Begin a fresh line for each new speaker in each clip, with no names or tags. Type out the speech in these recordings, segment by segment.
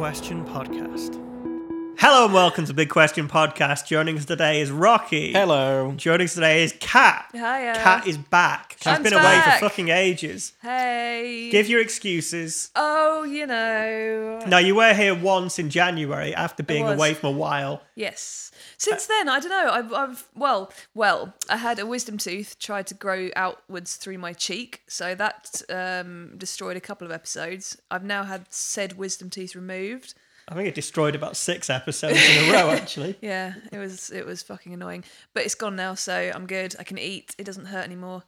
Question Podcast. Hello and welcome to Big Question Podcast. Joining us today is Rocky.
Hello.
Joining us today is Kat.
Hiya.
Kat is back. She's
I'm
been away
back.
for fucking ages.
Hey.
Give your excuses.
oh, you know.
Now you were here once in January after being
was.
away for a while.
Yes. Since then, I don't know. I've, I've well, well, I had a wisdom tooth tried to grow outwards through my cheek, so that um, destroyed a couple of episodes. I've now had said wisdom teeth removed.
I think it destroyed about six episodes in a row, actually.
Yeah, it was it was fucking annoying, but it's gone now, so I'm good. I can eat. It doesn't hurt anymore.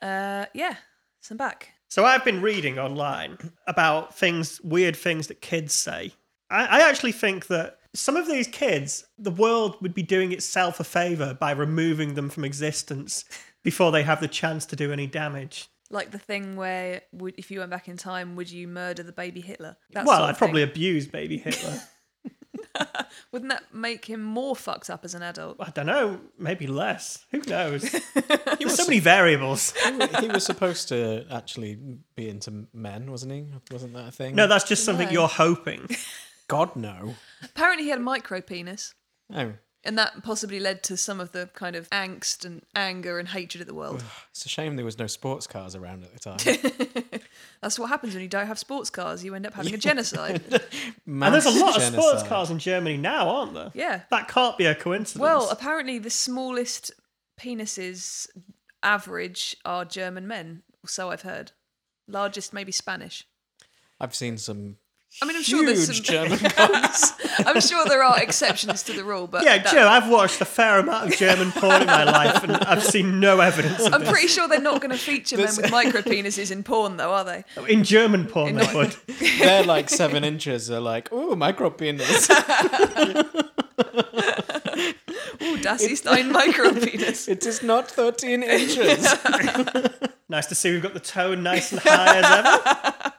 Uh, yeah, so I'm back.
So I've been reading online about things, weird things that kids say. I, I actually think that some of these kids, the world would be doing itself a favor by removing them from existence before they have the chance to do any damage.
Like the thing where, would, if you went back in time, would you murder the baby Hitler? That
well,
sort of
I'd probably
thing.
abuse baby Hitler.
Wouldn't that make him more fucked up as an adult?
I don't know, maybe less. Who knows? There's so many variables.
he was supposed to actually be into men, wasn't he? Wasn't that a thing?
No, that's just something
No.
you're hoping.
God no.
Apparently, he had a micro penis,
Oh,
and that possibly led to some of the kind of angst and anger and hatred of the world.
it's a shame there was no sports cars around at the time.
That's what happens when you don't have sports cars; you end up having a genocide.
And there's a
Mass
lot of sports
genocide.
cars in Germany now, aren't there?
Yeah.
That can't be a coincidence.
well, apparently, the smallest penises average are German men, so I've heard. Largest, maybe Spanish.
I've seen some.
I mean, I'm
huge
sure there's some-
German cars.
I'm sure there are exceptions to the rule, but
Yeah,
that-
Joe, I've watched a fair amount of German porn in my life and I've seen no evidence of
I'm pretty sure they're not going to feature men with micro penises in porn, though, are they?
it. In German porn, they would.
They're like seven inches. They're like, oh, micro penis.
Ooh, Dassie Stein micro penis.
It is not 13 inches.
Nice to see we've got the tone nice and high as ever.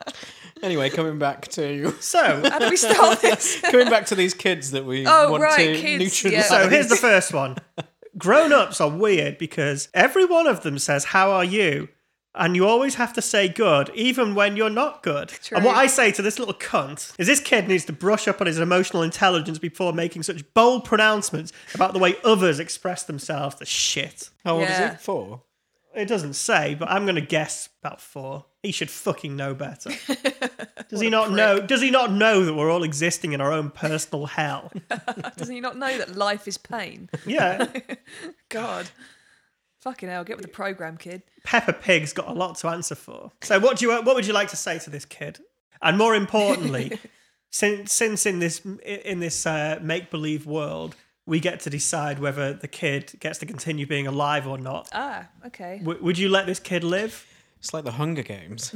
anyway, coming back to
So,
How do we start this?
coming back to these kids that we
Oh,
want
right,
to
kids,
neutralize.
yeah.
so here's the first one. Grown ups are weird because every one of them says, How are you? And you always have to say good, even when you're not good. And what
True.
I say to this little cunt is this kid needs to brush up on his emotional intelligence before making such bold pronouncements about the way others express themselves. The shit.
How old
Yeah.
is it? Four.
It doesn't say, but I'm going to guess about four. He should fucking know better. Does he not know? Does he not know that we're all existing in our own personal hell?
Doesn't he not know that life is pain?
Yeah,
God. Fucking hell, get with the program, kid.
Peppa Pig's got a lot to answer for. So, what do you? What would you like to say to this kid? And more importantly, since since in this in this uh, make believe world, we get to decide whether the kid gets to continue being alive or not.
Ah, okay.
W- would you let this kid live?
It's like the Hunger Games.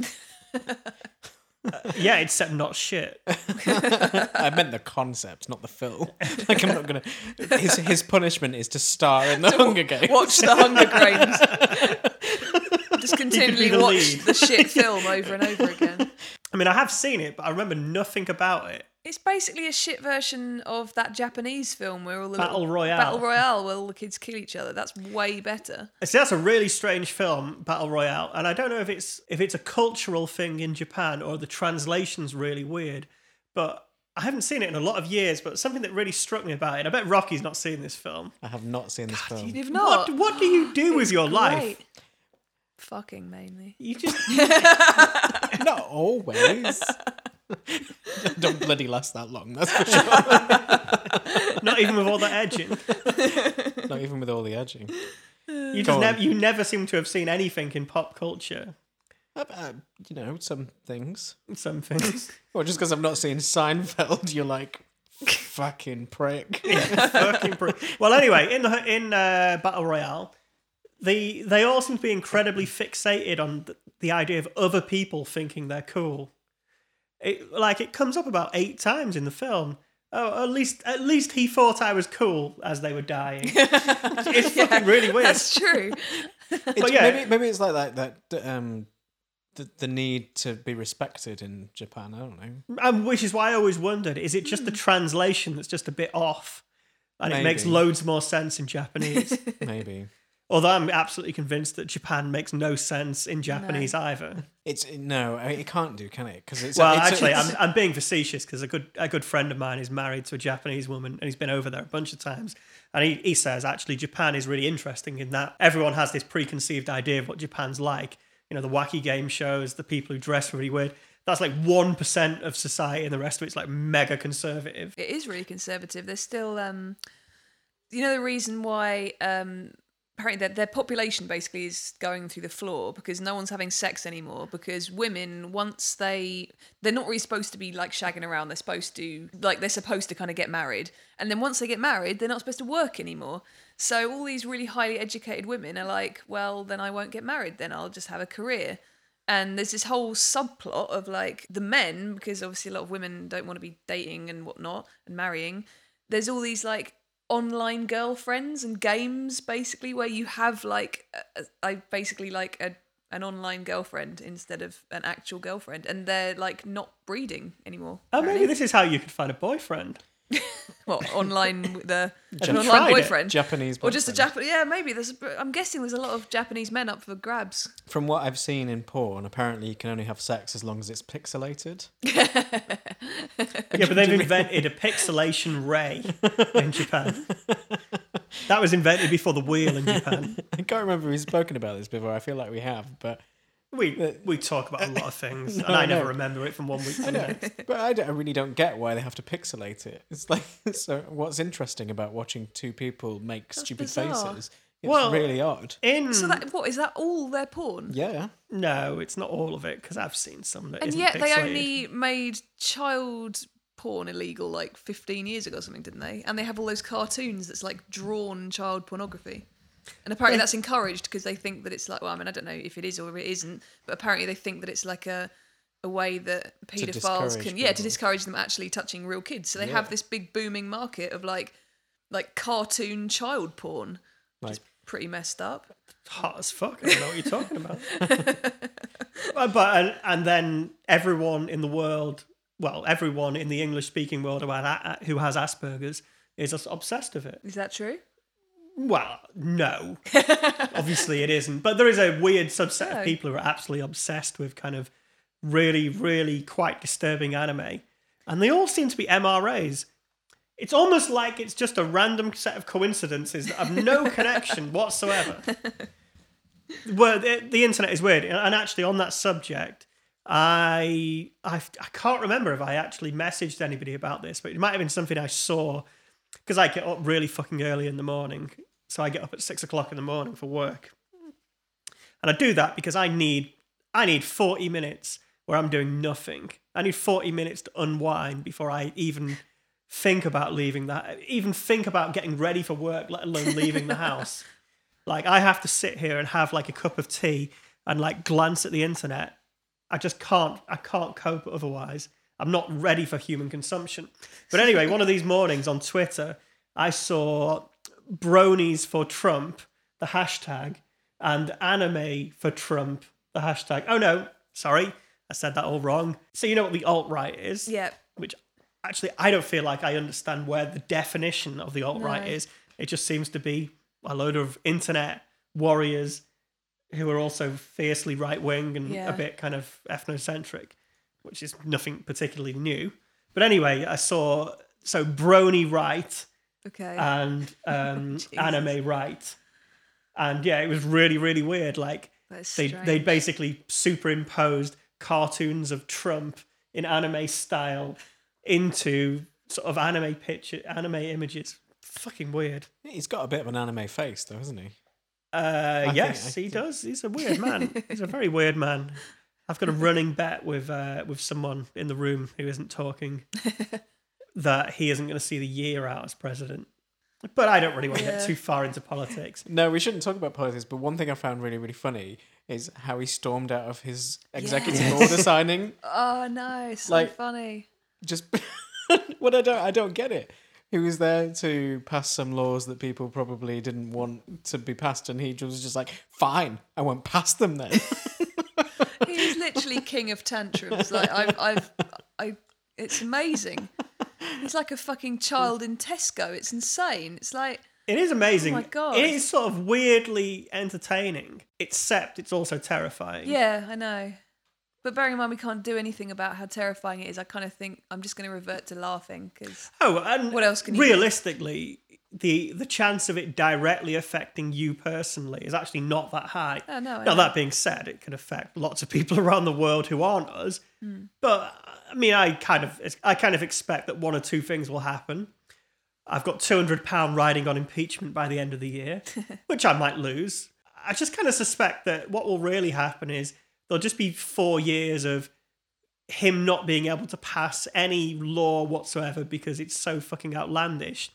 Yeah, except not shit.
I meant the concept, not the film. Like I'm not gonna. His his punishment is to star in the Hunger Games.
Watch the Hunger Games. Just continually
the
watch
lead.
the shit film over and over again.
I mean, I have seen it, but I remember nothing about it.
It's basically a shit version of that Japanese film where all the
Battle
little-
Royale.
Battle Royale, where all the kids kill each other. That's way better.
See, that's a really strange film, Battle Royale, and I don't know if it's if it's a cultural thing in Japan or the translation's really weird. But I haven't seen it in a lot of years. But something that really struck me about it, and I bet Rocky's not seen this film.
I have not seen this film.
You've not.
What what do you do with your life?
Great. Fucking mainly.
You just
Not always. Don't bloody last that long. That's for sure.
not even with all that edging.
Not even with all the edging.
You
Go
just
on.
never you never seem to have seen anything in pop culture.
Uh, uh, you know some things.
Some things.
Well, just because I've not seen Seinfeld, you're like fucking prick.
fucking br- well anyway in the in uh, battle royale the they all seem to be incredibly fixated on the, the idea of other people thinking they're cool it like it comes up about eight times in the film oh at least at least he thought i was cool as they were dying it's fucking really weird
That's true.
It's-
yeah.
maybe maybe it's like that that um the, the need to be respected in Japan. I don't know.
and which is why i always wondered is it just the translation that's just a bit off and it makes
Maybe.
loads more sense in japanese
Maybe
Although I'm absolutely convinced that Japan makes no sense in Japanese either.
It's no, I mean, it can't do, can it? Because it's
Well,
it's-
actually,
it's-
I'm, I'm being facetious because a good a good friend of mine is married to a Japanese woman and he's been over there a bunch of times. And he, he says actually Japan is really interesting in that everyone has this preconceived idea of what Japan's like. You know, the wacky game shows, the people who dress really weird. That's like one percent of society, and the rest of it's like mega conservative.
it is really conservative. There's still, um, you know, the reason why um, apparently their, their population basically is going through the floor because no one's having sex anymore because women once they they're not really supposed to be like shagging around. They're supposed to like they're supposed to kind of get married, and then once they get married, they're not supposed to work anymore. So all these really highly educated women are like, well, then I won't get married. Then I'll just have a career. And there's this whole subplot of like the men, because obviously a lot of women don't want to be dating and whatnot and marrying. There's all these like online girlfriends and games basically where you have like a- a- I basically like a an online girlfriend instead of an actual girlfriend, and they're like not breeding anymore.
Oh, maybe
apparently.
this is how you could find a boyfriend.
well online with the an
you
online
tried it?
boyfriend.
Japanese
or just a
boyfriend.
Japanese, yeah, maybe. There's, I'm guessing there's a lot of Japanese men up for grabs.
From what I've seen in porn, apparently you can only have sex as long as it's pixelated.
Yeah, but they've invented a pixelation ray in Japan. That was invented before the wheel in Japan.
I can't remember we've spoken about this before. I feel like we have, but
Uh,
We we talk about a lot of things, and
I
I never
know.
remember it from one week to the next.
but I, don't- I really don't get why they have to pixelate it. It's like so. What's interesting about watching two people make stupid
bizarre.
faces? It's
Well-
really odd.
In
So that what is that all their porn?
Yeah,
no, it's not all of it because I've seen some that
and
isn't
yet they
pixelated.
only made child porn illegal like 15 years ago or something, didn't they? And they have all those cartoons that's like drawn child pornography. And apparently that's encouraged because they think that it's like well, I mean, I don't know if it is or it isn't, but apparently they think that it's like a a way that
discourage
paedophiles can yeah to
people.
discourage them actually touching real kids. So they have this big booming market of like like cartoon child porn, which is
Like-
pretty messed up.
hot as fuck. I don't know what you're talking about. Uh, but and, and then everyone in the world, well, everyone in the English speaking world who, had, who has Asperger's is just obsessed with it.
Is that true?
Well, no, obviously it isn't. But there is a weird subset
No.
of people who are absolutely obsessed with kind of really, really quite disturbing anime, and they all seem to be MRAs. It's almost like it's just a random set of coincidences that have no connection whatsoever. Well, the, the internet is weird, and actually on that subject, I, I I can't remember if I actually messaged anybody about this, but it might have been something I saw because I get up really fucking early in the morning. So I get up at six o'clock in the morning for work, and I do that because I need I need forty minutes where I'm doing nothing. I need forty minutes to unwind before I even think about leaving that, even think about getting ready for work, let alone leaving the house. Like I have to sit here and have like a cup of tea and like glance at the internet. I just can't I can't cope otherwise. I'm not ready for human consumption. But anyway, one of these mornings on Twitter, I saw bronies for Trump, the hashtag, and anime for Trump, the hashtag. Oh no, sorry. I said that all wrong. So you know what the alt right is?
Yeah.
Which actually I don't feel like I understand where the definition of the alt right
No.
is. It just seems to be a load of internet warriors who are also fiercely right wing and
Yeah.
a bit kind of ethnocentric, which is nothing particularly new. But anyway, I saw so Brony right
Okay.
and um, anime right, and yeah, it was really really weird. Like
That's
they they
strange.
basically superimposed cartoons of Trump in anime style into sort of anime picture anime images. Fucking weird.
he's got a bit of an anime face, though, hasn't he?
Uh,
think-
yes,
I
he does. He's a weird man. He's a very weird man. I've got a running bet with uh, with someone in the room who isn't talking that he isn't going to see the year out as president. But I don't really want to
Yeah.
get too far into politics.
No, we shouldn't talk about politics. But one thing I found really, really funny is how he stormed out of his executive
Yes.
order signing.
oh no, so
Like-
funny.
Just what I don't, I don't get it. He was there to pass some laws that people probably didn't want to be passed, and he was just like, "Fine, I won't pass them then."
He's literally king of tantrums. Like I've, I've, I. It's amazing. He's like a fucking child in Tesco. It's insane. It's like
It is amazing.
Oh my God.
It is sort of weirdly entertaining, except it's also terrifying.
Yeah, I know. But bearing in mind we can't do anything about how terrifying it is, I kind of think I'm just going to revert to laughing because
Oh, and
What else can you do?
realistically, the the chance of it directly affecting you personally is actually not that high.
Oh, no, I
now
know.
that being said, it can affect lots of people around the world who aren't us.
Hmm.
But I mean, I kind of I kind of expect that one or two things will happen. I've got two hundred pound riding on impeachment by the end of the year, which I might lose. I just kind of suspect that what will really happen is there'll just be four years of him not being able to pass any law whatsoever because it's so fucking outlandish.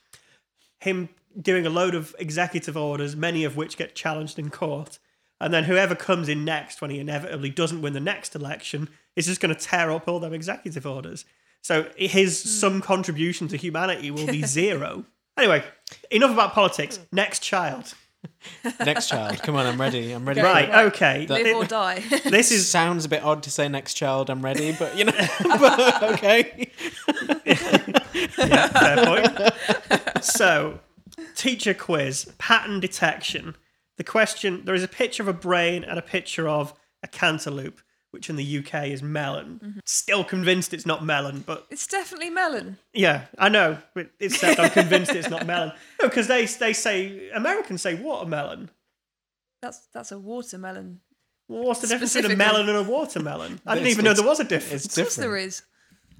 Him doing a load of executive orders, many of which get challenged in court. And then whoever comes in next, when he inevitably doesn't win the next election, is just going to tear up all them executive orders. So his
Hmm.
some contribution to humanity will be zero. Anyway, enough about politics.
Hmm.
Next child.
Next child. Come on, I'm ready. I'm ready.
Right,
Right.
okay.
That-
live or die.
This
This
is
sounds a bit odd to say next child. I'm ready, but you know, but, okay.
Yeah, fair point. so, teacher quiz, pattern detection. The question there is a picture of a brain and a picture of a cantaloupe, which in the UK is melon. Still convinced it's not melon, but
it's definitely melon.
yeah, I know. But it's said I'm convinced it's not melon. No, because they, they say, Americans say watermelon.
That's that's a watermelon.
Well, what's the difference between a
Specifically.
melon and a watermelon? I didn't
It's-
even know
it's-
there was a difference.
It's
Of course there
different.
is.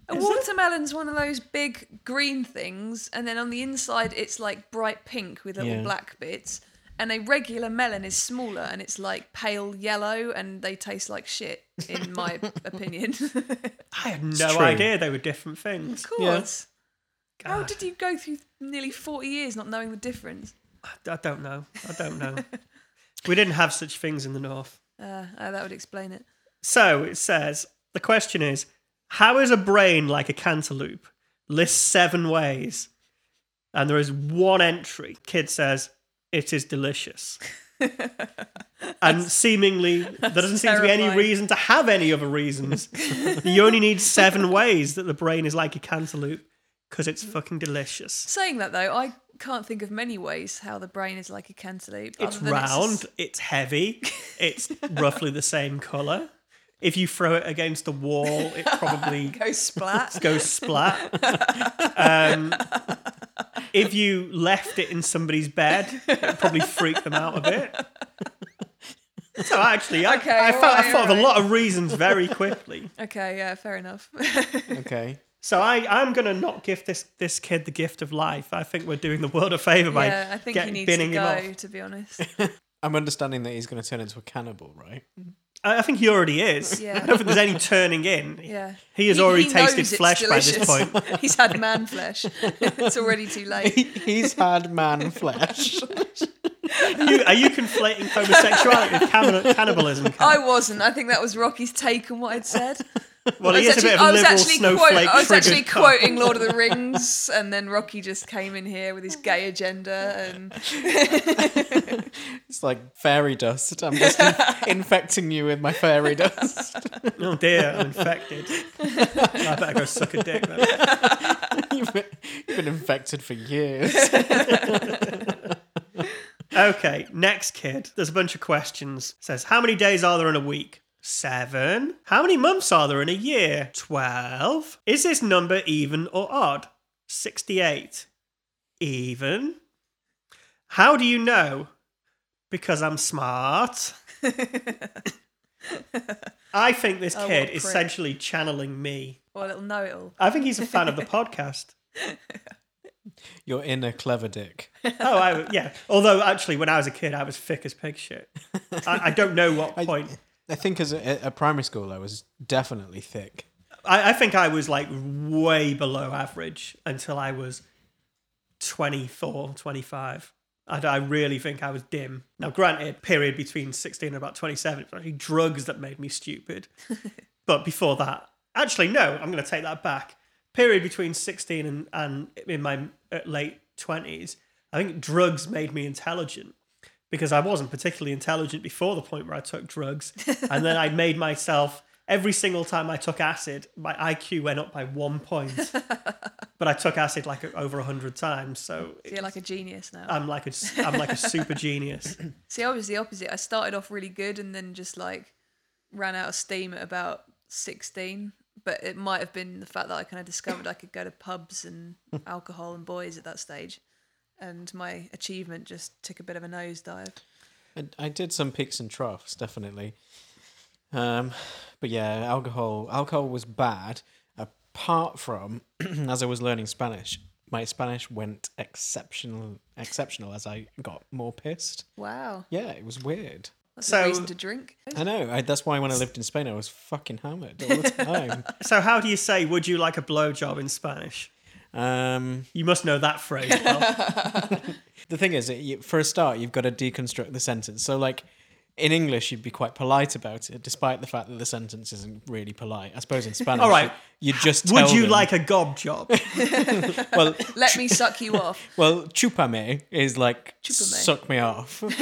A
Is it?
watermelon's one of those big green things, and then on the inside it's like bright pink with little
Yeah.
black bits. And a regular melon is smaller, and it's like pale yellow, and they taste like shit, in my opinion. of
I had no
true.
idea they were different things.
course. How
God.
did you go through nearly forty years not knowing the difference?
I don't know. I don't know. we didn't have such things in the north.
Uh, oh, that would explain it.
So it says the question is how is a brain like a cantaloupe? List seven ways. And there is one entry. Kid says, it is delicious. and seemingly, there doesn't seem to be any
terrifying.
reason to have any other reasons. you only need seven ways that the brain is like a cantaloupe because it's fucking delicious.
Saying that though, I can't think of many ways how the brain is like a cantaloupe.
It's
other than just-
round, it's, heavy, it's roughly the same color. If you throw it against a wall, it probably
goes splat.
goes splat. um, if you left it in somebody's bed, it'd probably freak them out a bit. So actually, I,
Okay,
I,
all
felt,
right,
I thought of a
all
lot of reasons very quickly.
okay, yeah, fair enough.
Okay.
So I, I'm going to not give this, this kid the gift of life. I think we're doing the world a favour by
yeah, I think he
getting,
needs to
binning him off.
go. To be honest,
I'm understanding that he's going to turn into a cannibal, right?
I, I think he already is.
Yeah.
I don't think there's any turning in.
yeah,
He has already
knows
tasted
it's
flesh by this
delicious. He's had man flesh. it's already too late.
he's had man flesh.
You, are you conflating homosexuality with canni- cannibalism? Kat?
I wasn't. I think that was Rocky's take on what I'd said. I
well,
was
he is a
actually,
bit of
I
a
was
liberal
actually, quote,
snowflake.
I was actually
triggered cock.
quoting Lord of the Rings, and then Rocky just came in here with his gay agenda, and
It's like fairy dust. I'm just in- infecting you with my fairy dust.
Oh dear, I'm infected. I better go suck a dick then.
You've been, you've been infected for years.
Okay, next kid. There's a bunch of questions. says, how many days are there in a week? Seven. How many months are there in a year? Twelve. Is this number even or odd? 68. Even. How do you know? Because I'm smart. I think this
Oh, what
kid
a
is
prick.
essentially channeling me.
well, it'll know it all.
I think he's a fan of the podcast.
Your inner clever dick.
Oh, I, yeah. Although, actually, when I was a kid, I was thick as pig shit. I, I don't know what point.
I think as a, a primary school, I was definitely thick.
I, I think I was like way below average until I was 24, 25. And I really think I was dim. Now, granted, period between 16 and about 27, it was actually drugs that made me stupid. but before that, actually, no, I'm going to take that back. Period between 16 and, and in my uh, late 20s, I think drugs made me intelligent because I wasn't particularly intelligent before the point where I took drugs. and then I made myself every single time I took acid, my IQ went up by one point. but I took acid like over a hundred times, so
You're like a genius now.
I'm like a I'm like a super genius.
See, I was the opposite. I started off really good and then just like ran out of steam at about 16. But it might have been the fact that I kind of discovered I could go to pubs and alcohol and boys at that stage. And my achievement just took a bit of a nosedive.
I, I did some peaks and troughs, definitely. Um, but yeah, alcohol. Alcohol was bad. Apart from, as I was learning Spanish, my Spanish went exceptional. Exceptional as I got more pissed.
Wow.
Yeah, it was weird.
That's
So-
a reason to drink.
I know. I, that's why when I lived in Spain, I was fucking hammered all the time.
So how do you say "Would you like a blowjob" in Spanish?
um,
You must know that phrase. Well.
the thing is, it, you, for a start, you've got to deconstruct the sentence. So, like, in English, you'd be quite polite about it, despite the fact that the sentence isn't really polite. I suppose in Spanish,
All right.
you, you just
Would
tell
you
them-
like a gob job?
well,
Let me suck you off.
well, chupame is like
Chúpame.
suck me off.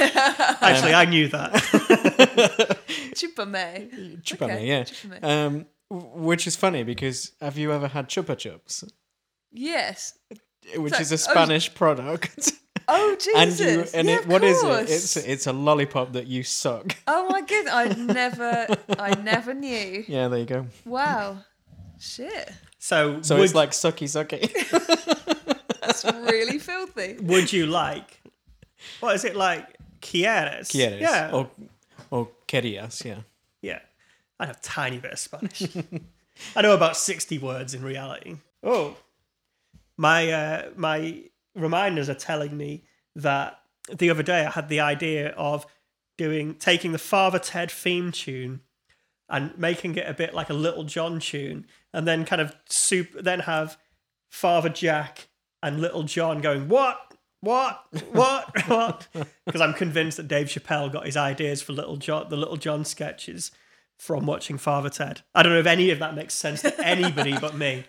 Actually, I knew that.
Chupame.
Chupame,
Okay,
yeah.
chupame.
Um, w- which is funny because have you ever had chupa chups,
Yes.
which
So-
is a
oh,
Spanish product?
Oh,
and
Jesus.
you and
yeah,
it,
of
what is
course.
it? It's it's a lollipop that you suck.
Oh my goodness! I never, I never knew.
Yeah, there you go.
Wow, shit,
So,
So
would,
it's like sucky sucky.
that's really filthy.
would you like? What is it like? Quieres.
Quieres.
Yeah.
Or, or querías, yeah.
Yeah. I know a tiny bit of Spanish. I know about 60 words in reality. Oh. My uh, my reminders are telling me that the other day I had the idea of doing taking the Father Ted theme tune and making it a bit like a Little John tune and then kind of soup then have Father Jack and Little John going what what what what because I'm convinced that Dave Chappelle got his ideas for Little John the Little John sketches from watching Father Ted. I don't know if any of that makes sense to anybody but me.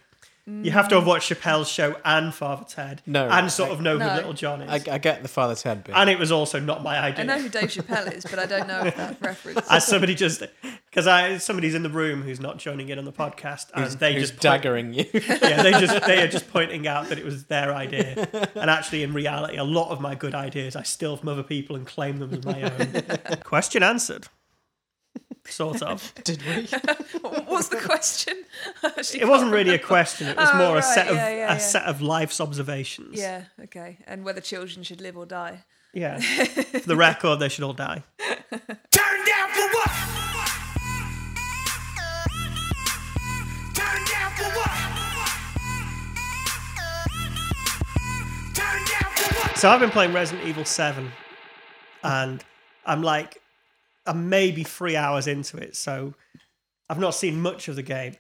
You have to have watched Chappelle's show and Father Ted
No,
and sort of know
No.
who Little John is.
I, I get the father Ted bit.
and it was also not my
I
idea.
know who Dave Chappelle is, but I don't know of that reference.
As somebody just because I somebody's in the room who's not joining in on the podcast and they
Who's
just point-
daggering you.
yeah, they just they are just pointing out that it was their idea. And actually, in reality, a lot of my good ideas I steal from other people and claim them as my own. Question answered. Sort of.
Did we?
What was the question? I actually
It wasn't
can't
really a
remember.
question. It was
Oh,
more a
right,
set of
yeah, yeah, yeah.
a set of life's observations.
Yeah. Okay. And whether children should live or die.
Yeah. For the record, they should all die.
Turn down for what? Turn down for what? Turn down for what?
So I've been playing Resident Evil 7 and I'm like I'm maybe three hours into it, so I've not seen much of the game.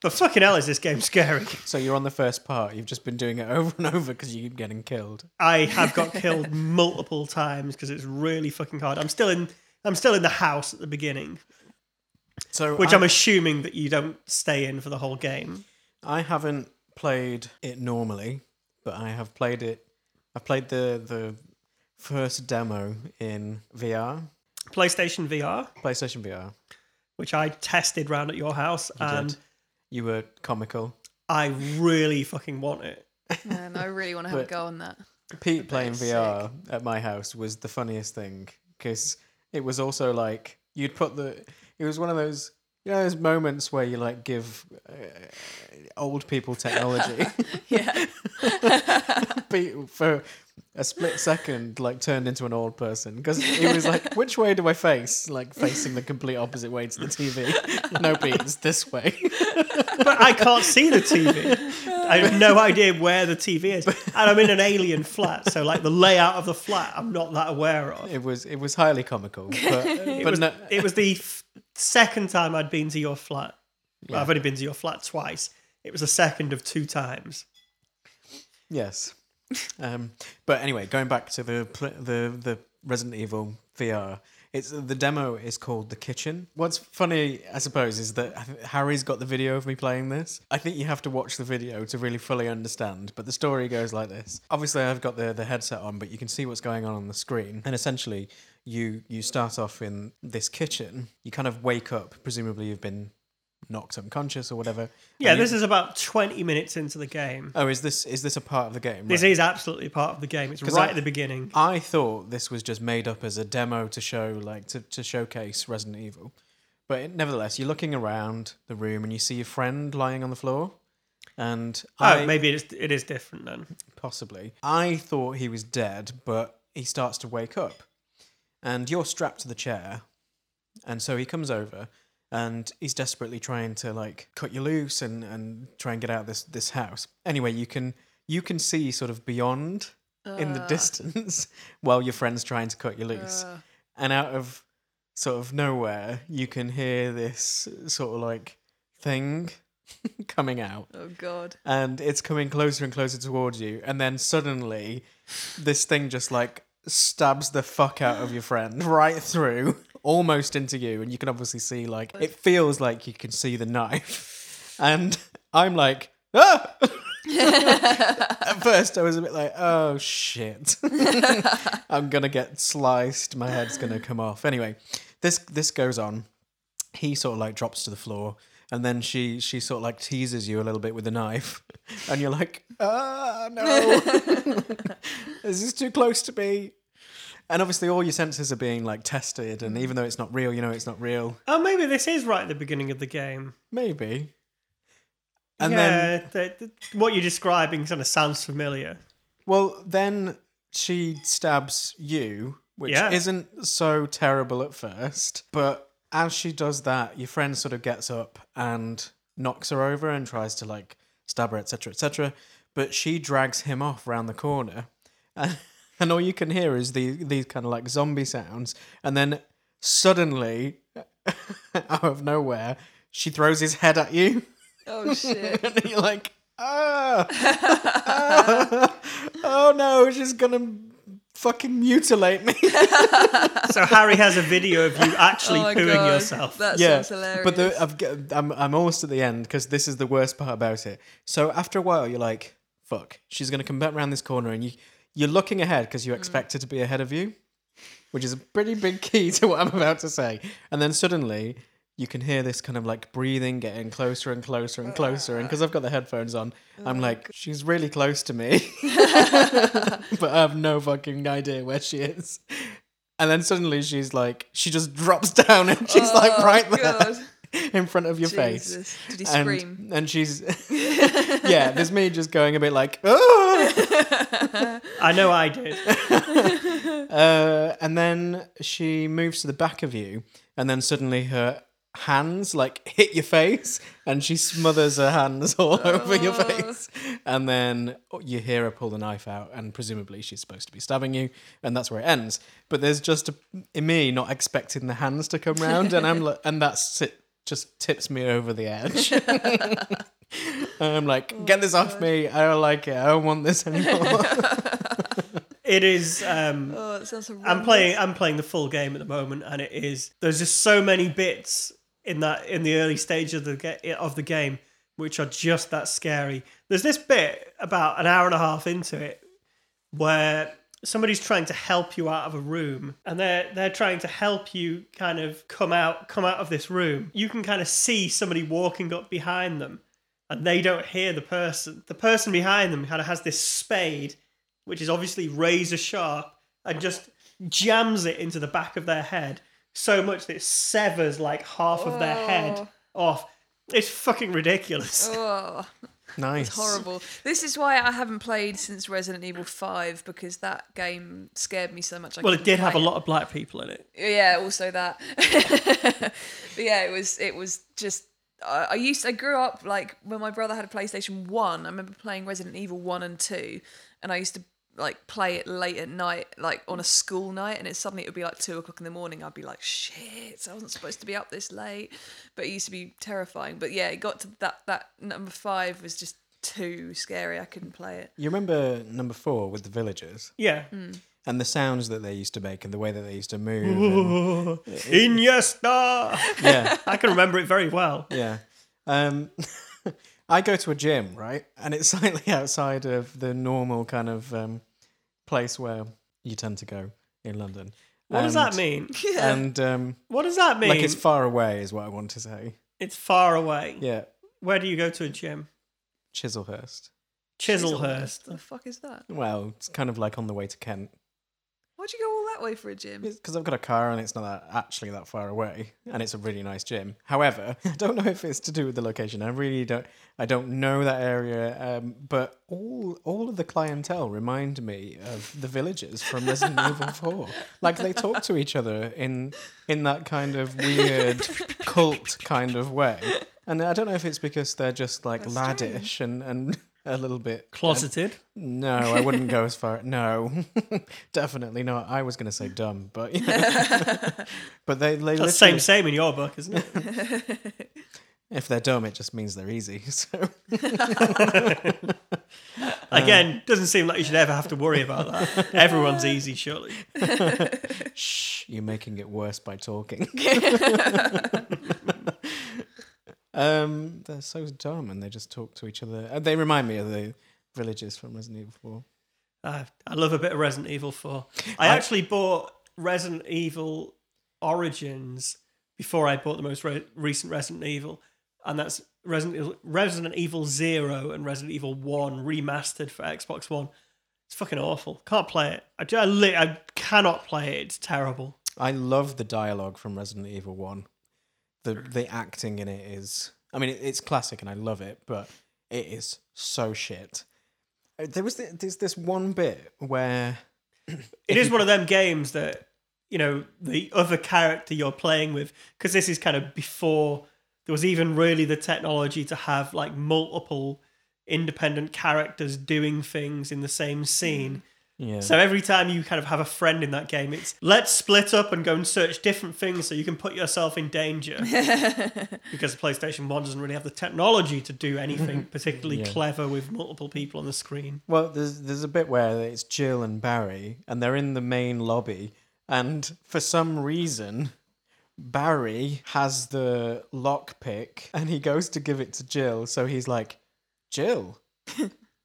But fucking hell is this game scary.
So you're on the first part. You've just been doing it over and over because you keep getting killed.
I have got killed multiple times because it's really fucking hard. I'm still in I'm still in the house at the beginning,
So
which
I,
I'm assuming that you don't stay in for the whole game.
I haven't played it normally, but I have played it. I played the the first demo in VR,
PlayStation VR,
PlayStation VR.
which I tested round at your house, and
did. You were comical.
I really fucking want it.
Man, I really want to have a
But-
go on that.
Pete playing
sick.
VR at my house was the funniest thing because it was also like you'd put the. It was one of those you know those moments where you like give uh, old people technology.
Yeah.
Pete for a split second like turned into an old person because it was like which way do I face? Like facing the complete opposite way to the TV. no, Pete, it's this way.
But I can't see the TV. I have no idea where the TV is, and I'm in an alien flat, so like the layout of the flat, I'm not that aware of.
It was it was highly comical, but, but no,
It was the f- second time I'd been to your flat. Well, I've only been to your flat twice. It was the second of two times.
Yes. Um, but anyway, going back to the pl- the the Resident Evil VR. It's the demo is called The Kitchen. What's funny, I suppose, is that I think Harry's got the video of me playing this. I think you have to watch the video to really fully understand, but the story goes like this. Obviously, I've got the the headset on, but you can see what's going on on the screen. And essentially, you you start off in this kitchen. You kind of wake up, presumably you've been knocked unconscious or whatever.
Yeah,
And you-
this is about 20 minutes into the game.
Oh, is this is this a part of the game?
This
Right.
is absolutely part of the game. It's
'Cause
right
I-
at the beginning.
I thought this was just made up as a demo to show, like, to, to showcase Resident Evil. But it- nevertheless, you're looking around the room and you see your friend lying on the floor. And I
oh, maybe it is, it is different then.
possibly, I thought he was dead, but he starts to wake up. And you're strapped to the chair. And so he comes over and he's desperately trying to like cut you loose and, and try and get out of this, this house. Anyway, you can you can see sort of beyond in the distance while your friend's trying to cut you loose. And out of sort of nowhere, you can hear this sort of like thing coming out.
Oh god.
And it's coming closer and closer towards you. And then suddenly, this thing just like stabs the fuck out of your friend right through, almost into you. And you can obviously see, like, it feels like you can see the knife. And I'm like, ah! At first, I was a bit like, oh shit. I'm gonna get sliced. My head's gonna come off. Anyway, this this goes on. He sort of like drops to the floor, and then she she sort of like teases you a little bit with a knife, and you're like, ah, no, this is too close to me. And obviously, all your senses are being like tested, and even though it's not real, you know it's not real.
Oh, maybe this is right at the beginning of the game.
Maybe. And then
yeah, the- the- what you're describing kind of sounds familiar.
Well, then she stabs you, which
Yeah.
isn't so terrible at first. But as she does that, your friend sort of gets up and knocks her over and tries to like stab her, etc., etc. But she drags him off round the corner, and, all you can hear is the these kind of like zombie sounds. And then suddenly, out of nowhere, she throws his head at you.
Oh shit.
And you're like, ah, ah, oh no, she's gonna fucking mutilate me.
So Harry has a video of you actually
oh my
pooing
god.
yourself.
That
yeah,
sounds hilarious.
but the, I've, g- I'm I'm almost at the end because this is the worst part about it. So after a while, you're like, fuck, she's gonna come back round this corner, and you you're looking ahead because
Mm.
you expect her to be ahead of you, which is a pretty big key to what I'm about to say. And then suddenly. You can hear this kind of like breathing getting closer and closer and closer. And because I've got the headphones on, I'm like, she's really close to me. but I have no fucking idea where she is. And then suddenly she's like, she just drops down and she's like right there
Oh, God.
in front of your face.
Jesus. Did he
And,
scream?
and she's, yeah, there's me just going a bit like, oh.
I know I did.
Uh, and then she moves to the back of you, and then suddenly her hands like hit your face, and she smothers her hands all over your face. And then oh, you hear her pull the knife out, and presumably she's supposed to be stabbing you, and that's where it ends. But there's just a, me not expecting the hands to come round, and I'm like, and that's it. Just tips me over the edge. I'm like, get this off me. I don't like it. I don't want this anymore.
It is. Um,
Oh, that sounds horrendous.
I'm playing. I'm playing the full game at the moment, and it is. There's just so many bits in that in the early stage of the ga- of the game which are just that scary. There's this bit about an hour and a half into it where somebody's trying to help you out of a room and they're they're trying to help you kind of come out come out of this room you can kind of see somebody walking up behind them and they don't hear the person the person behind them kind of has this spade which is obviously razor sharp and just jams it into the back of their head so much that it severs like half of their head off it's fucking ridiculous
Oh,
nice.
horrible. This is why I haven't played since Resident Evil 5 because that game scared me so much. I
well it
couldn't
did have a
play
lot of black people in it
yeah also that but yeah it was it was just I I used I grew up like when my brother had a PlayStation 1 I remember playing Resident Evil 1 and 2 and I used to like play it late at night like on a school night and it suddenly it would be like 2 o'clock in the morning I'd be like shit I wasn't supposed to be up this late but it used to be terrifying but yeah it got to that that number 5 was just too scary I couldn't play it
You remember number four with the villagers?
yeah
and the sounds that they used to make and the way that they used to
Oh,
move.
Iniesta.
And, yeah,
I can remember it very well.
yeah. Um, I go to a gym, right? And it's slightly outside of the normal kind of um, place where you tend to go in London.
What does that mean?
Yeah.
And um,
What does that mean?
like it's far away, is what I want to say.
It's far away.
Yeah,
Where do you go to a gym?
Chiselhurst.
Chiselhurst.
What the fuck is that?
Well, it's kind of like on the way to Kent.
Why'd you go all that way for a gym?
because I've got a car and it's not that, actually that far away, and it's a really nice gym. However, I don't know if it's to do with the location. I really don't. I don't know that area, um, but all all of the clientele remind me of the villagers from Resident Evil Four. Like they talk to each other in in that kind of weird cult kind of way. And I don't know if it's because they're just like laddish and and a little bit
Closeted.
no, I wouldn't go as far. No, definitely not. I was going to say dumb, but you know. but they they
That's
literally-
same same in your book, isn't it?
if they're dumb, it just means they're easy. So
Again, doesn't seem like you should ever have to worry about that. Everyone's easy, surely.
shh, you're making it worse by talking. um, they're so dumb, and they just talk to each other. Uh, They remind me of the villagers from Resident Evil Four.
Uh, I love a bit of Resident Evil 4. I, actually bought Resident Evil Origins before I bought the most re- recent Resident Evil, and that's Resident Evil, Resident Evil 0 and Resident Evil 1 remastered for Xbox One. It's fucking awful. Can't play it. I, ju- I, li- I cannot play it. It's terrible.
I love the dialogue from Resident Evil One. The the acting in it is, I mean, it, it's classic and I love it, but it is so shit. Uh, There was th- there's this one bit where
It is one of them games that, you know, the other character you're playing with, because this is kind of before there was even really the technology to have like multiple independent characters doing things in the same scene.
yeah,
So every time you kind of have a friend in that game, it's let's split up and go and search different things so you can put yourself in danger. because the PlayStation 1 doesn't really have the technology to do anything particularly
Yeah.
clever with multiple people on the screen.
Well, there's there's a bit where it's Jill and Barry, and they're in the main lobby, and for some reason, Barry has the lockpick, and he goes to give it to Jill. So he's like, "Jill,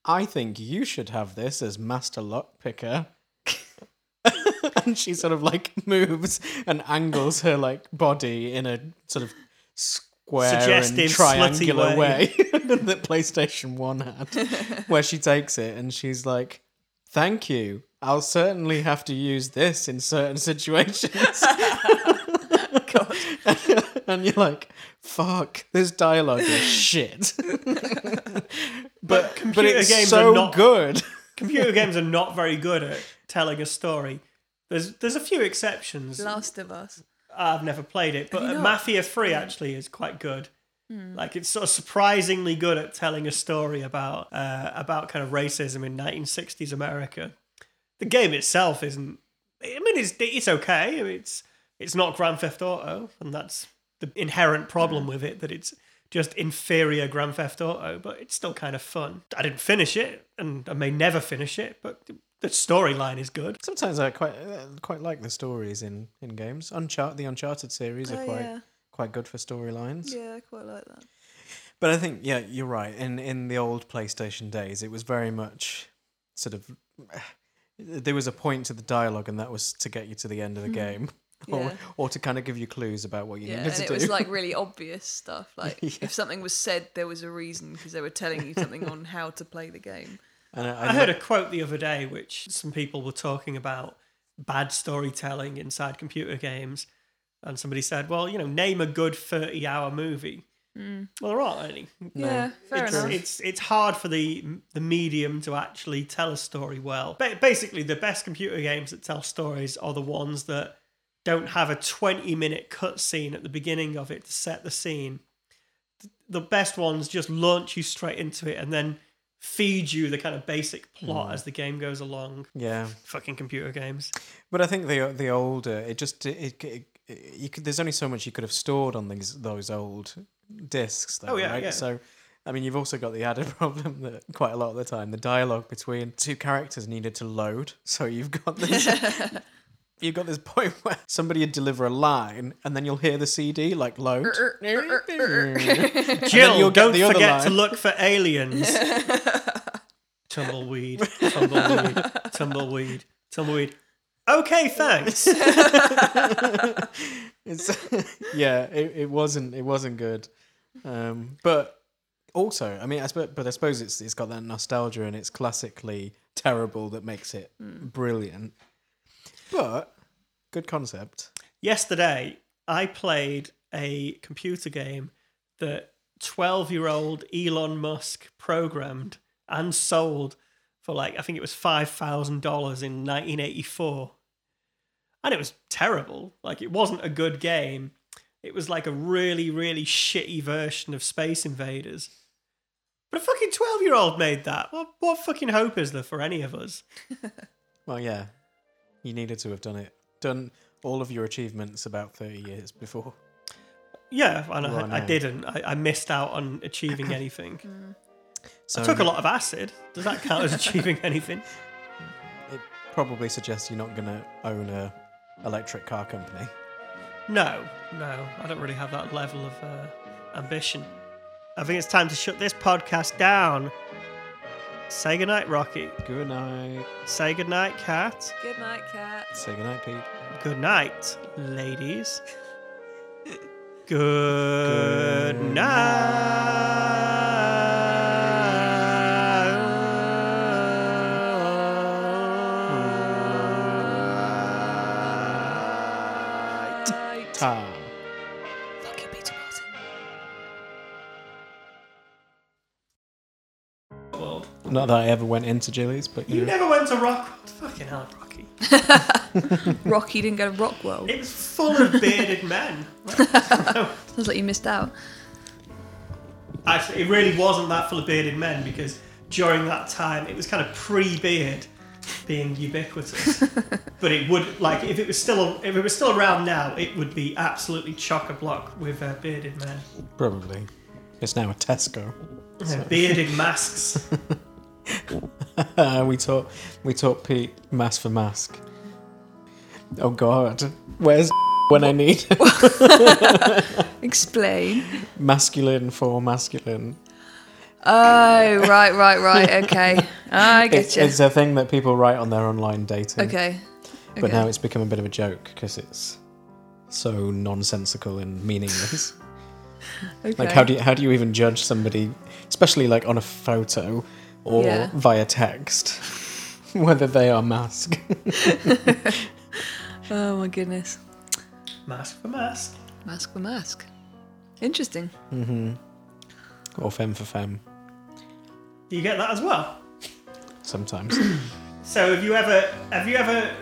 I think you should have this as master lockpicker." and she sort of like moves and angles her like body in a sort of square and
Suggestive,
triangular
slutty
way
way.
that PlayStation One had where she takes it and she's like, "Thank you. I'll certainly have to use this in certain situations." and you're like, "Fuck, this dialogue is shit." but but
computer
it's
games
so
are not-
good.
computer games are not very good at telling a story. There's there's a few exceptions.
Last of Us.
I've never played it, but
you not? Hmm.
Mafia 3 actually is quite good. Like it's sort of surprisingly good at telling a story about uh, about kind of racism in 1960s America. The game itself isn't. I mean, it's it's okay. I mean, it's it's not Grand Theft Auto, and that's the inherent problem with it that it's just inferior Grand Theft Auto. But it's still kind of fun. I didn't finish it, and I may never finish it, but the storyline is good.
Sometimes I quite uh, quite like the stories in in games. Unchart the Uncharted series are
Oh,
quite
yeah.
quite good for storylines.
Yeah, I quite like that.
But I think yeah, you're right. In in the old PlayStation days, it was very much sort of there was a point to the dialogue, and that was to get you to the end of the game, or
Hmm. Yeah.
or to kind of give you clues about what you
Yeah,
needed
and
to
it
do.
was like really obvious stuff. Like if something was said, there was a reason because they were telling you something on how to play the game.
and I,
I heard a quote the other day which some people were talking about bad storytelling inside computer games. And somebody said, well, you know, name a good 30 hour movie. Well, there aren't any.
Yeah, fair
It's,
enough.
it's, it's hard for the, the medium to actually tell a story well. Ba- basically, the best computer games that tell stories are the ones that don't have a 20 minute cutscene at the beginning of it to set the scene. The best ones just launch you straight into it and then feed you the kind of basic plot as the game goes along.
yeah,
Fucking computer games.
but I think the the older it just it, it, it- you could, there's only so much you could have stored on these those old discs. Though,
Oh, yeah,
right?
yeah.
So I mean, you've also got the added problem that quite a lot of the time the dialogue between two characters needed to load. So you've got this. You've got this point where somebody would deliver a line, and then you'll hear the CD like load.
Er,
uh,
Jill,
you'll get
don't
the other
forget
line.
to look for aliens. tumbleweed, tumbleweed, tumbleweed, tumbleweed. Okay, thanks.
It's, yeah, it, it wasn't it wasn't good, um, but also I mean I suppose but I suppose it's it's got that nostalgia and it's classically terrible that makes it brilliant, but good concept.
Yesterday, I played a computer game that 12 year old Elon Musk programmed and sold for like, I think it was $5,000 in 1984. And it was terrible. Like, it wasn't a good game. It was like a really, really shitty version of Space Invaders. But a fucking 12 year old made that. What, what fucking hope is there for any of us?
Well, yeah, you needed to have done it, done all of your achievements about thirty years before.
Yeah, and I,
Well,
I
no.
didn't. I, I missed out on achieving anything.
So
I took a lot of acid. Does that count as achieving anything?
It probably suggests you're not going to own a electric car company.
No, no. I don't really have that level of uh, ambition. I think it's time to shut this podcast down. Say goodnight, Rocky.
Good night.
Say goodnight, Cat.
Good night, cat.
Say good night, Pete.
Good night, ladies. Good, night.
Night.
Ta.
Fucking Peter Martin.
world.
Not that I ever went into Jilly's, but you
You
know.
never went to Rock. Fucking hell, Rocky.
Rocky didn't go to Rockwell.
It was full of bearded men.
Sounds like you missed out.
Actually, it really wasn't that full of bearded men because during that time it was kind of pre-beard being ubiquitous. but it would like if it was still if it was still around now, it would be absolutely chock a block with uh, bearded men,
Probably. It's now a Tesco.
Uh, bearded masks.
Uh, we taught we taught Pete mask for mask. Oh God, where's when I need
Explain.
masculine for masculine?
Oh, right, right, right. Okay. I
It's,
get you.
it's a thing that people write on their online dating,
Okay.
um, but now it's become a bit of a joke because it's so nonsensical and meaningless.
okay.
Like how do you how do you even judge somebody, especially like on a photo or
Yeah.
via text, whether they are mask?
Oh my goodness.
mask for mask.
Mask for mask. Interesting.
or femme for femme
Do you get that as well?
sometimes.
So have you ever have you ever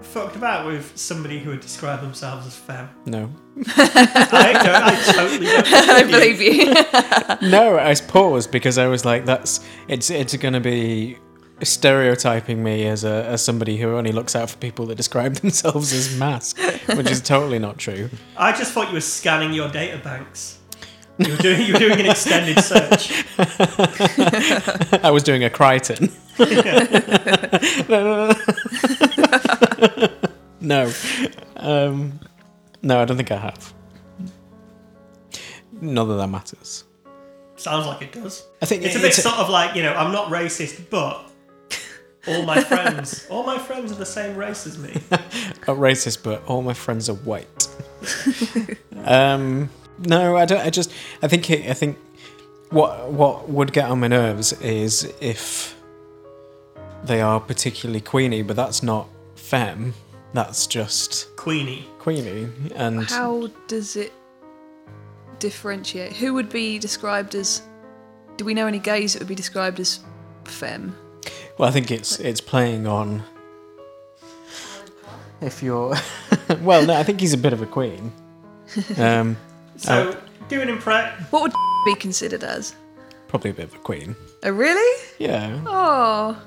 fucked about with somebody who would describe themselves as femme?
no.
I don't. I totally don't.
I believe you.
No, I was paused because I was like, that's it's it's gonna be stereotyping me as a as somebody who only looks out for people that describe themselves as mask, which is totally not true.
I just thought you were scanning your data banks. You were doing, you were doing an extended search.
I was doing a Crichton. no, no, no. no. Um, no, I don't think I have. Not that that matters.
Sounds like it does.
I think
It's a bit sort of like, you know, I'm not racist, but all my friends, all my friends are the same race as me.
not racist, but all my friends are white. um, no, I don't. I just, I think, it, I think, what what would get on my nerves is if they are particularly queeny, but that's not femme. That's just
Queenie.
queeny, and
How does it differentiate? Who would be described as. Do we know any gays that would be described as femme?
well, I think it's it's playing on. If you're, well, no, I think he's a bit of a queen. Um,
So
Oh.
do an impression.
What would be considered as?
probably a bit of a queen.
Oh, really?
Yeah.
Oh.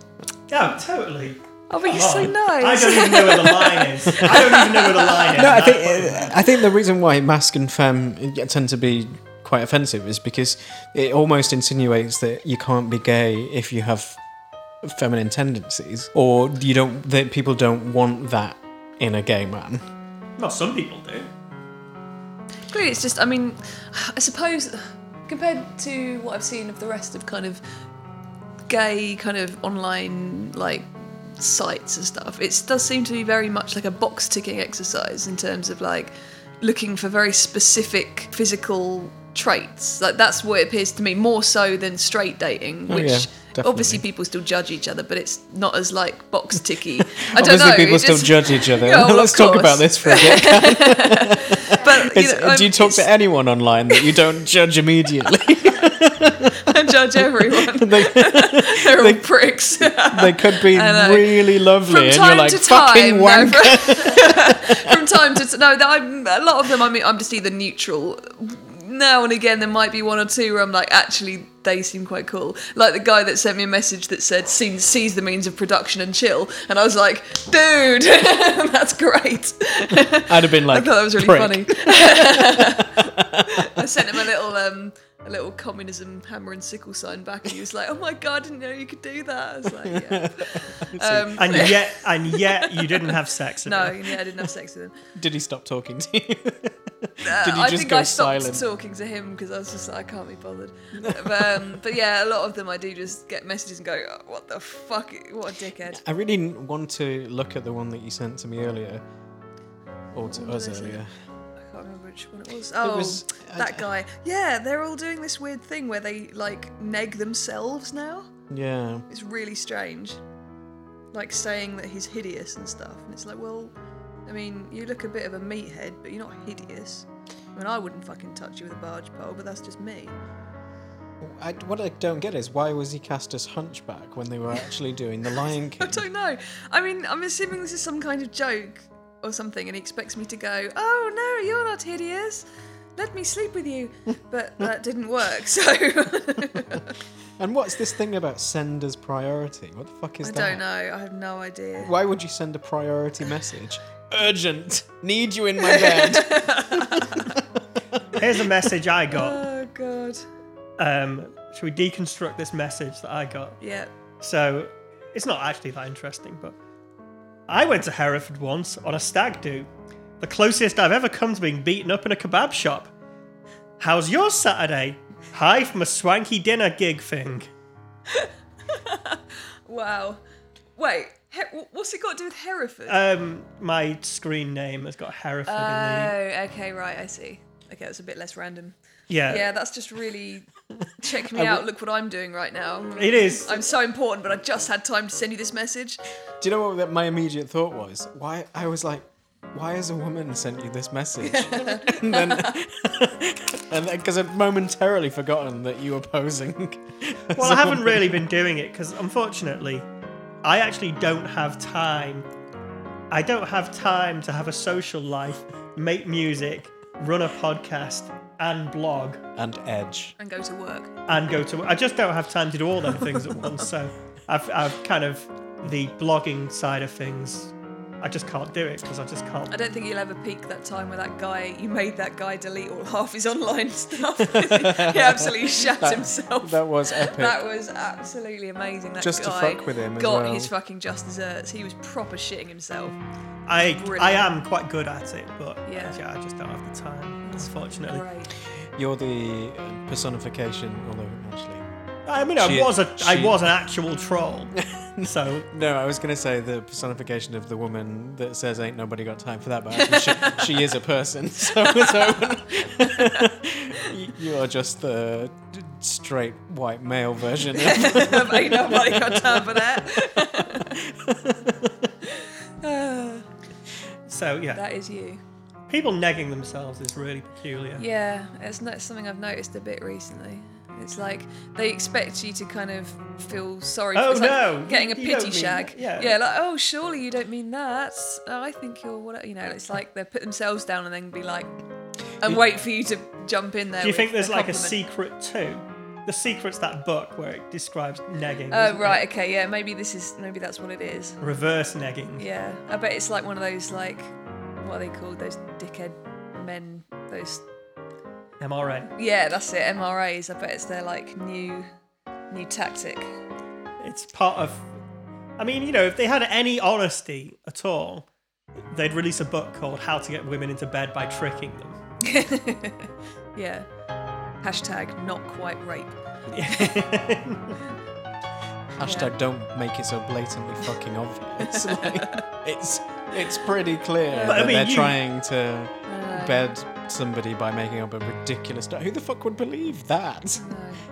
Oh, totally.
Oh, but you're
Come
so
on. I
nice.
don't even know where the line is. I
uh,
don't even know where the line is.
No, I think I think the reason why mask and femme tend to be quite offensive is because it almost insinuates that you can't be gay if you have feminine tendencies, or you don't that people don't want that in a gay man.
Well, some people do.
Clearly, it's just, I mean, I suppose compared to what I've seen of the rest of kind of gay kind of online like sites and stuff, it does seem to be very much like a box ticking exercise in terms of like looking for very specific physical traits. Like, that's what it appears to me, more so than straight dating,
Oh,
which.
yeah, definitely.
Obviously, people still judge each other, but it's not as like box ticky. I don't
Obviously,
know.
people
it
still
just-
judge each other.
Yeah, well, of
Let's talk about
course.
this for a bit.
But you
It's-
know,
do you
I'm-
talk
it's-
to anyone online that you don't judge immediately?
I judge everyone.
they,
They're all pricks.
they could be
know.
really lovely,
From
and
time
you're like
to
fucking
time, no,
wanker.
from, from time to t- no, that I'm, a lot of them. I mean, I'm just either neutral. Now and again, there might be one or two where I'm like, actually, they seem quite cool. Like the guy that sent me a message that said, "Sees, sees the means of production and chill," and I was like, dude, that's great.
I'd have been like,
I thought that was really
prick.
funny. I sent him a little um a little communism hammer and sickle sign back, and he was like, "Oh my god, I didn't know you could do that." I was like, "Yeah,
And yet, and yet, you didn't have sex.
no,
No.
yeah, I didn't have sex with him."
Did he stop talking to you? Did
Uh,
you
I
just
think
go
I stopped
silent?
talking to him because I was just like, I can't be bothered. but, um, but yeah, a lot of them I do just get messages and go, "Oh, "What the fuck? What a dickhead!"
I really n- want to look at the one that you sent to me earlier, or to
What
us
did I say?
earlier.
I can't remember which one it was. Oh,
was- I-
that guy. Yeah, they're all doing this weird thing where they like neg themselves now.
Yeah,
It's really strange. Like saying that he's hideous and stuff. And it's like, well, I mean, you look a bit of a meathead, but you're not hideous. I mean, I wouldn't fucking touch you with a barge pole, but that's just me.
I, what I don't get is why was he cast as Hunchback when they were actually doing the Lion
I
King?
don't know. I mean, I'm assuming this is some kind of joke or something, and he expects me to go, oh no, you're not hideous. Let me sleep with you. But that didn't work, so
And what's this thing about send as priority? What the fuck is
I
that?
don't know. I have no idea.
Why would you send a priority message? Urgent. Need you in my bed.
Here's a message I got.
Oh, God.
Um, should we deconstruct this message that I got?
Yeah.
So it's not actually that interesting, but I went to Hereford once on a stag do. The closest I've ever come to being beaten up in a kebab shop. How's your Saturday? Hi from a swanky dinner gig thing.
Wow. Wait, he- wh- what's it got to do with Hereford?
Um, my screen name has got Hereford in the
Oh, okay, right, I see. Okay, that's a bit less random.
Uh,
yeah.
Yeah, that's just really check me out. Look what I'm doing right now.
It is.
I'm so important, but I just had time to send you this message.
Do you know what that my immediate thought was? Why I was like, why has a woman sent you this message? and then, and because I'd momentarily forgotten that you were posing. as
Well,
a
I haven't
woman.
really been doing it because unfortunately, I actually don't have time. I don't have time to have a social life, make music, run a podcast, and blog,
And Edge.
And go to work.
and go to. I just don't have time to do all them things at once. So I've, I've kind of the blogging side of things. I just can't do it because I just can't.
I don't think you'll ever peak that time where that guy you made that guy delete all half his online stuff. he absolutely shat himself.
That was epic.
That was absolutely amazing. That
Just to
guy
fuck with him as
got
well.
his fucking just desserts. He was proper shitting himself.
I
Brilliant.
I am quite good at it, but
Yeah. Mm.
yeah, I just don't have the time. Unfortunately,
Great.
You're the um, personification, although actually.
I mean, I
She-
was a I
she-
was an actual troll, so
No, I was going to say the personification of the woman that says "ain't nobody got time for that," but actually she, she is a person. So, so you- you are just the d- straight white male version. Of,
Ain't nobody got time for that.
So yeah,
That is you.
people negging themselves is really peculiar.
Yeah, it's not something I've noticed a bit recently. It's like they expect you to kind of feel sorry.
Oh,
for, it's like
no,
getting a
you don't
pity
mean
shag.
that, yeah.
yeah, like oh, surely you don't mean that. Oh, I think you're what you know. It's like they put themselves down and then be like, and wait for you to jump in there.
Do you think
with
there's like a
compliment.
secret too? The secret's that book where it describes negging.
Oh
isn't it?
right, okay, yeah. Maybe this is maybe that's what it is.
Reverse negging.
Yeah, I bet it's like one of those like what are they called? Those dickhead men. Those
MRA.
Yeah, that's it. MRAs. I bet it's their like new, new tactic.
It's part of. I mean, you know, if they had any honesty at all, they'd release a book called How to Get Women into Bed by Tricking Them.
Yeah. Hashtag not quite rape.
Hashtag don't make it so blatantly fucking obvious. Like, it's it's pretty clear
But I
that
mean,
they're
you-
trying to bed somebody by making up a ridiculous. Who the fuck would believe that?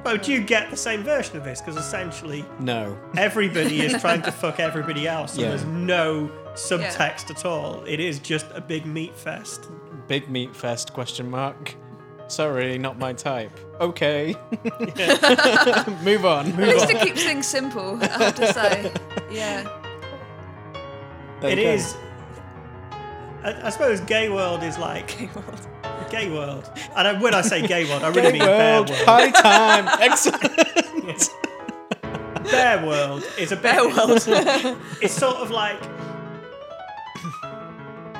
But do you get the same version of this? Because essentially,
No.
everybody is trying to fuck everybody else, and
Yeah.
there's no subtext at all. It is just a big meat fest.
Big meat fest question mark. Sorry, not my type. Okay. Move on.
At least it keeps things simple. I have to say. Yeah.
There
It
you go.
is. I, I suppose gay world is like gay world, and I, when I say gay world, I really mean
World
bear world.
party time. Excellent.
Bear world is a bear world. it's sort of like.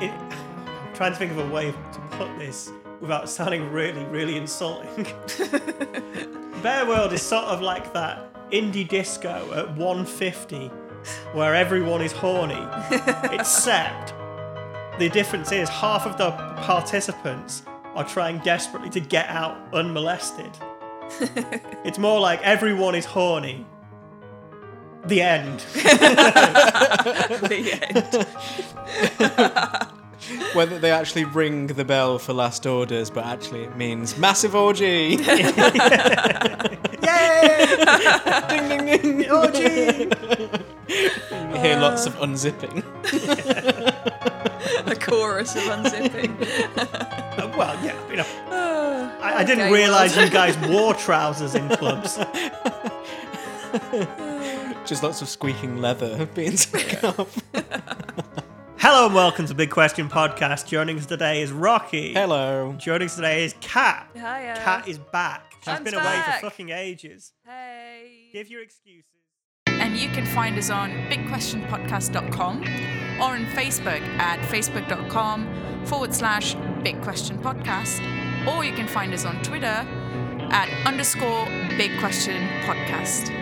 It, I'm trying to think of a way to put this without sounding really, really insulting. bear world is sort of like that indie disco at 150, where everyone is horny, except The difference is half of the participants are trying desperately to get out unmolested. it's more like everyone is horny. The end.
The end.
Whether they actually ring the bell for last orders, but actually it means massive orgy.
Yay!
ding ding ding.
Orgy!
You hear lots of unzipping.
A chorus of unzipping.
Uh, well, yeah, you know,
Ah,
I, I didn't
Okay, well.
realise you guys wore trousers in clubs.
Just lots of squeaking leather being taken off.
Hello and welcome to Big Question Podcast. Joining us today is Rocky.
Hello.
Joining us today is Kat.
Hiya.
Kat is back. She's
I'm
been away
back.
for fucking ages.
hey.
Give your excuses.
And you can find us on bigquestionpodcast.com or on Facebook at facebook.com forward slash bigquestionpodcast. Or you can find us on Twitter at underscore bigquestionpodcast.